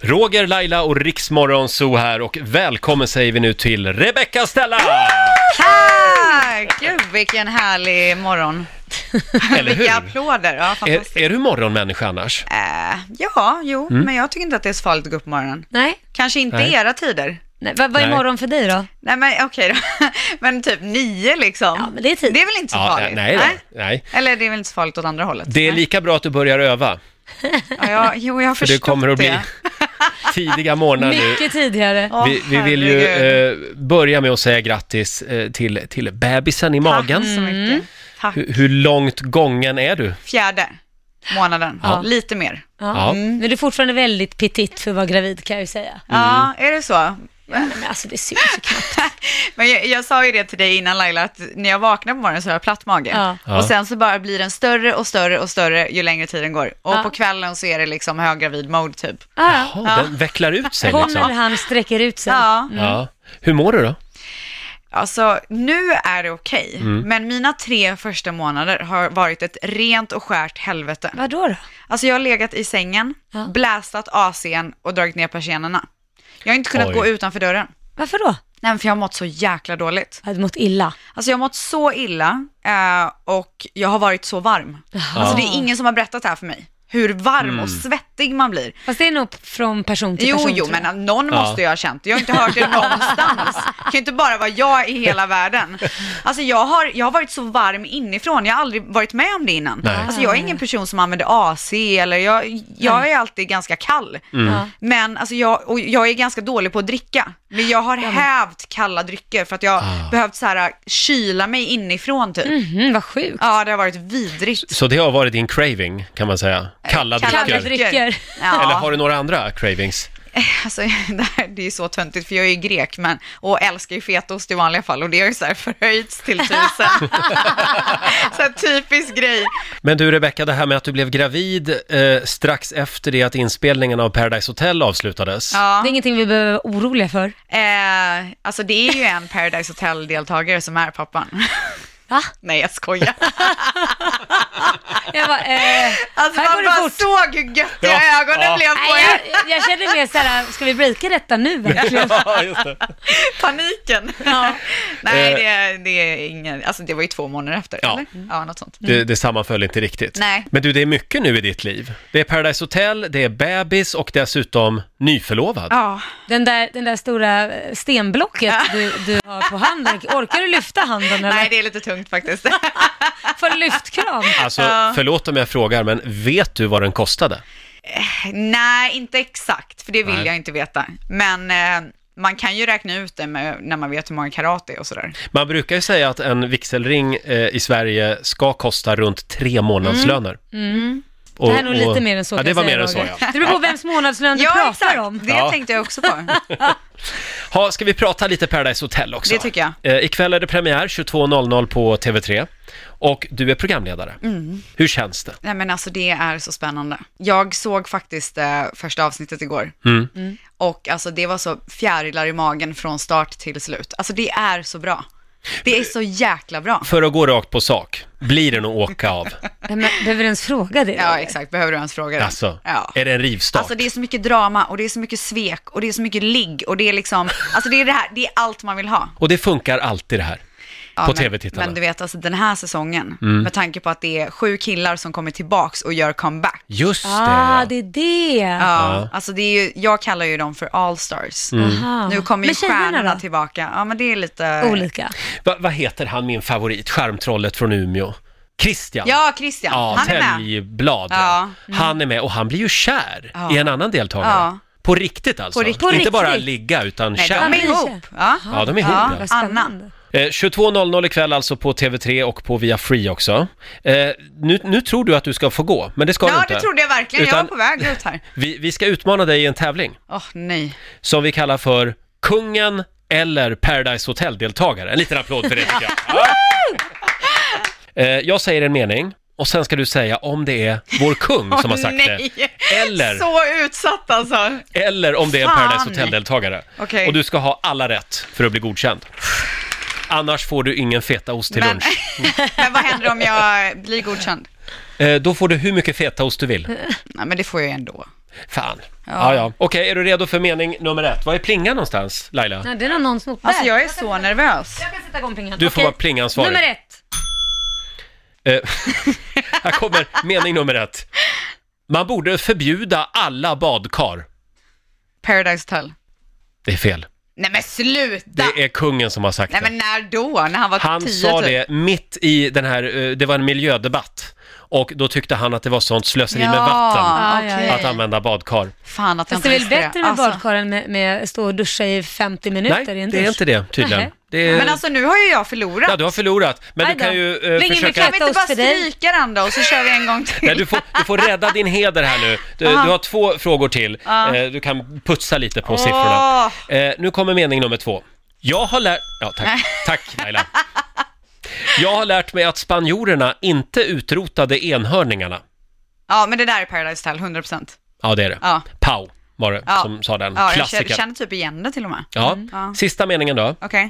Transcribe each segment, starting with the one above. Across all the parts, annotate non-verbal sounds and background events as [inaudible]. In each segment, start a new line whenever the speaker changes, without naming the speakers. Roger, Laila och Riksmorgon Zoo här och välkommen säger vi nu till Rebecca Stella!
Tack! Gud, vilken härlig morgon.
Eller hur? Eh,
Vilka applåder. Ja, fantastiskt.
Är, är du morgonmänniska annars?
Eh, ja, jo, men jag tycker inte att det är så farligt att gå upp på morgonen.
Nej,
Kanske inte
Mm. Nej.
era tider.
Nej. Vad, vad är
Nej.
morgon för dig då?
Nej, men okej då. [laughs] Men typ nio liksom.
Ja, men det är tid.
Det är väl inte så farligt?
eh, nej, nej. nej.
Eller det är väl inte så farligt åt andra hållet?
Det är
Nej.
lika bra att du börjar öva,
ja, jag, Jo, jag har
för det
förstått
kommer att bli
det.
[laughs] tidiga morgnar nu.
Mycket tidigare.
Åh,
Vi, vi vill ju
herregud.
eh, börja med att säga grattis eh, till, till bebisen i
Ah,
magen.
Tack Mm. så
Mm.
mycket. Tack.
Hur, hur långt gången är du?
Fjärde månaden, lite mer.
Ja. Mm.
Ja.
Men du är fortfarande väldigt petit för att vara gravid kan jag ju säga.
Ja, är det så?
Men alltså det syns ju knappt.
Men jag, jag sa ju det till dig innan Laila, att när jag vaknar på morgonen så har jag platt mage.
Ja.
Ja.
Och sen så bara blir den större och större och större ju längre tiden går. Och
Ja.
på kvällen så är det liksom höggravid mode typ.
Ah,
Jaha, den vecklar ut sig
hon eller
liksom.
han sträcker ut sig.
Ja,
Ja. Hur mår du då?
alltså nu är det okej.
Mm.
Men mina tre första månader har varit ett rent och skärt helvete.
Vadå då?
Alltså jag har legat i sängen,
Ja.
blästat AC'n och dragit ner persiennerna. Jag har inte kunnat
Oj.
gå utanför dörren.
Varför då?
Nej, men för jag har mått så jäkla dåligt.
Jag hade mått illa.
Alltså jag har mått så illa eh, och jag har varit så varm. Alltså det är ingen som har berättat det här för mig. Hur varm och
Mm.
svettig man blir.
Fast det är nog från person till
Jo,
person.
jo,
tror jag.
men eh, någon
Typ Ja.
måste jag ha känt. Jag har inte
[laughs]
hört det någonstans. Det kan ju inte bara vara jag i hela världen. Alltså jag har, jag har varit så varm inifrån. Jag har aldrig varit med om det innan.
Nej.
Alltså jag är ingen person som använder AC eller jag, jag är alltid ganska kall.
Mm.
Ja.
Men alltså jag, och jag är ganska dålig på att dricka. Men jag har hävt kalla drycker för att jag har
Ah.
behövt så här, äh, kyla mig inifrån typ.
Mhm, vad sjukt.
Ja, det har varit vidrigt.
Så det har varit din craving, kan man säga. Kalla
kalla
Kalla
drycker.
dryck.
drycker.
Ja,
Eller har du några andra cravings?
alltså, [laughs] det, här, det är så töntigt för jag är ju grek men, och älskar ju fetaost i vanliga fall och det har ju så här förhöjts
[laughs]
till tusen. så här typisk grej.
Men du Rebecca, det här med att du blev gravid eh, strax efter det att inspelningen av Paradise Hotel avslutades.
Ja.
Det är ingenting vi behöver vara oroliga för.
Eh, alltså det är ju en Paradise Hotel-deltagare som är pappan.
Va?
Nej, jag skojar.
Jag bara, eh,
Alltså
här
man
går det
bara
fort.
såg hur göttiga
Ja,
ögonen
ja.
blev på
Nej,
er.
jag, jag känner mer såhär, ska vi breaka detta nu verkligen?
[laughs] Ja, just det.
Paniken.
[laughs] Ja.
[laughs] Nej,
Eh.
det, det är ingen, alltså det var ju två månader efter,
Ja.
eller?
Mm.
Ja, något sånt.
Det, det sammanföll inte riktigt.
Nej.
Men du, det är mycket nu i ditt liv. Det är Paradise Hotel, det är bebis och dessutom nyförlovad.
Ja,
Den där, den där stora eh, stenblocket du, du har på handen, orkar du lyfta handen
nej
eller?
det är lite tungt faktiskt. [laughs]
Får en lyftkram?
Alltså, förlåt om jag frågar, men vet du vad den kostade?
nej, inte exakt, för det vill
Nej.
jag inte veta. Men eh, man kan ju räkna ut det med, när man vet hur många karate och sådär.
Man brukar ju säga att en vigselring eh, i Sverige ska kosta runt tre månadslöner. Och-
Mm. det här är nog
och-
lite mer än så
Ja,
kan
det
jag
var
säga,
mer än så,
Roger.
ja.
Det beror på vems månadslön du pratar om.
det
Ja.
tänkte jag
[laughs]
också på.
Ha, ska vi prata lite Paradise Hotel också?
Det tycker
jag. Eh, ikväll är det premiär 22.00 på TV3 och du är programledare.
Mm.
Hur känns det?
Nej men alltså det är så spännande. Jag såg faktiskt eh, första avsnittet igår.
Mm.
Mm.
Och alltså det var så fjärilar i magen från start till slut. Alltså det är så bra. Det är så jäkla bra.
För att gå rakt på sak, blir det nog åka
[laughs]
av?
Nej, men Behöver du ens fråga det?
Ja
Roger?
exakt, behöver du ens fråga det?
Eh, Alltså,
ja.
är det en rivstart?
Alltså det är så mycket drama och det är så mycket svek och det är så mycket ligg och det är liksom, alltså det är det här, det är allt man vill ha.
Och det funkar alltid det här?
Ja,
På Mm.
men-
TV-tittarna.
Men du vet alltså den här säsongen, med tanke på att det är sju killar som kommer tillbaks och gör comeback.
Just
Ah,
det.
det är det.
Ja, alltså det är ju, jag kallar ju dem för allstars.
Mm.
Aha.
Nu kommer ju
men tjejerna
stjärnorna
då?
tillbaka. Ja men det är lite...
Olika.
Va, vad heter han, min favorit, skärmtrollet från Umeå? Christian?
Ja, Christian,
Ja,
han är med.
Täljblad.
Ja. Mm.
Han är med och han blir ju kär
Ja.
i en annan deltagare.
Ja.
På riktigt alltså?
På riktigt.
På
Inte
riktigt.
bara ligga, utan
Nej, de
kär.
är
Kär.
ihop. Ja.
Ja, de är ihop.
Ja.
ja.
Vad spännande.
Eh, 22.00 ikväll alltså på TV3 och på Via Free också. Eh, nu, nu tror du att du ska få gå, men det ska du
Ja,
inte.
det trodde jag verkligen. Jag
Utan-
var på väg ut här.
Vi, vi ska utmana dig i en tävling
Åh, nej.
som vi kallar för Kungen eller Paradise Hotel-deltagare. En liten applåd för det tycker jag.
[laughs]
Ja. Eh, jag säger en mening och sen ska du säga om det är vår kung som har
Åh,
sagt
nej.
det. Eller,
Så utsatt alltså.
eller om det är en
Fan.
Paradise Hotel-deltagare.
Okej.
Och du ska ha alla rätt för att bli godkänd. Annars får du ingen fetaost till
Men,
lunch.
men vad händer om jag blir godkänd?
Eh, då får du hur mycket fetaost du vill.
Nej, men det får jag ju ändå.
Fan. Ja,
Mm. Ja.
ja. Okej, är du redo för mening nummer ett? Var är plingan någonstans, Laila?
Nej, den har någon snott.
Alltså
Där.
jag är så nervös.
Jag kan sätta igång plingan.
Du får
Okej.
vara plingansvarig.
Nummer ett.
Eh, [laughs] här kommer mening nummer ett. Man borde förbjuda alla badkar.
Paradise Hotel.
Det är fel.
Nej men sluta!
Det är kungen som har sagt
Nej
det.
men när då? När han var
Han
tio
sa
typ?
det mitt i den här, eh, det var en miljödebatt. Och då tyckte han att det var sånt slöseri med vatten
Ja,
Ah, Ja,
okej.
ja,
att använda badkar.
Fan att jag
Fast
inte
det är väl
visste det.
bättre med
Alltså,
badkar än med, med stå och duscha i 50
Nej,
minuter i en dusch?
det är inte det tydligen.
Nej.
Det är,
Men alltså nu har ju jag förlorat.
ja, du har förlorat. Men
Aj
du kan
då.
ju eh,
Länge vi
försöka...
Kan vi inte
Äta
bara
oss för dig.
stryka den då och så kör vi en gång till?
Nej, du, får, du får rädda din heder här nu. Du, du har två frågor till. Eh, Du kan putsa lite på siffrorna. Eh, Nu kommer mening nummer två. Jag har lärt... Ja, tack. Tack, Laila. Jag har lärt mig att spanjorerna inte utrotade enhörningarna.
Ja, men det där är Paradise Hotel, 100%.
Ja, det är det.
Ja.
Pau var det
Ja.
som sa den.
Ja, jag
Klassiker.
känner, känner typ igen det till och med.
Ja.
Ja.
Sista meningen då.
Okej.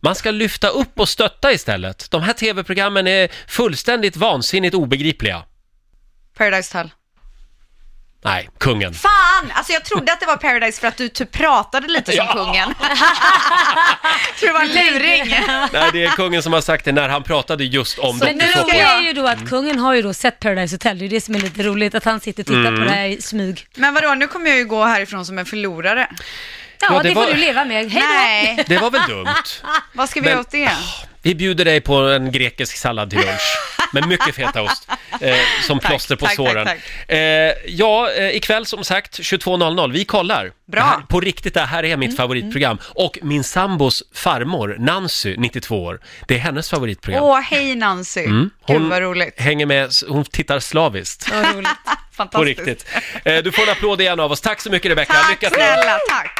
Man ska lyfta upp och stötta istället. De här tv-programmen är fullständigt vansinnigt obegripliga.
Paradise Hotel.
Nej, kungen.
Fan! Alltså jag trodde att det var Paradise för att du typ pratade lite som
Ja.
kungen.
[laughs]
Tror det var en luring.
Nej, det är kungen som har sagt det när han pratade just om
Så
Dr.
Men det
ska
Foppa.
roliga
jag-
är ju då att kungen har ju då sett Paradise Hotel, det är det som är lite roligt, att han sitter och tittar
Mm.
på det här i smyg.
Men vadå, nu kommer jag ju gå härifrån som en förlorare.
Ja,
Ja, det
det,
var-
får du leva med. Hej då!
Nej,
Det var väl dumt?
vad ska vi
Men-
göra åt det?
Vi bjuder dig på en grekisk sallad till lunch. Med mycket fetaost eh, som
Tack,
plåster på
tack, tack,
såren.
tack.
Eh, ja, eh, ikväll som sagt 22.00. Vi kollar.
Bra. Mm,
Det här, på riktigt, det här är mitt favoritprogram. Och min sambos farmor, Nancy, 92 år, det är hennes favoritprogram.
Åh, hej Nancy.
Mm.
Gud vad roligt.
hänger med, s- hon tittar slaviskt.
Vad roligt.
På
Fantastiskt.
riktigt. Eh, du får en applåd igen av oss. Tack så mycket Rebecca.
Tack
Lycka till.
snälla, tack.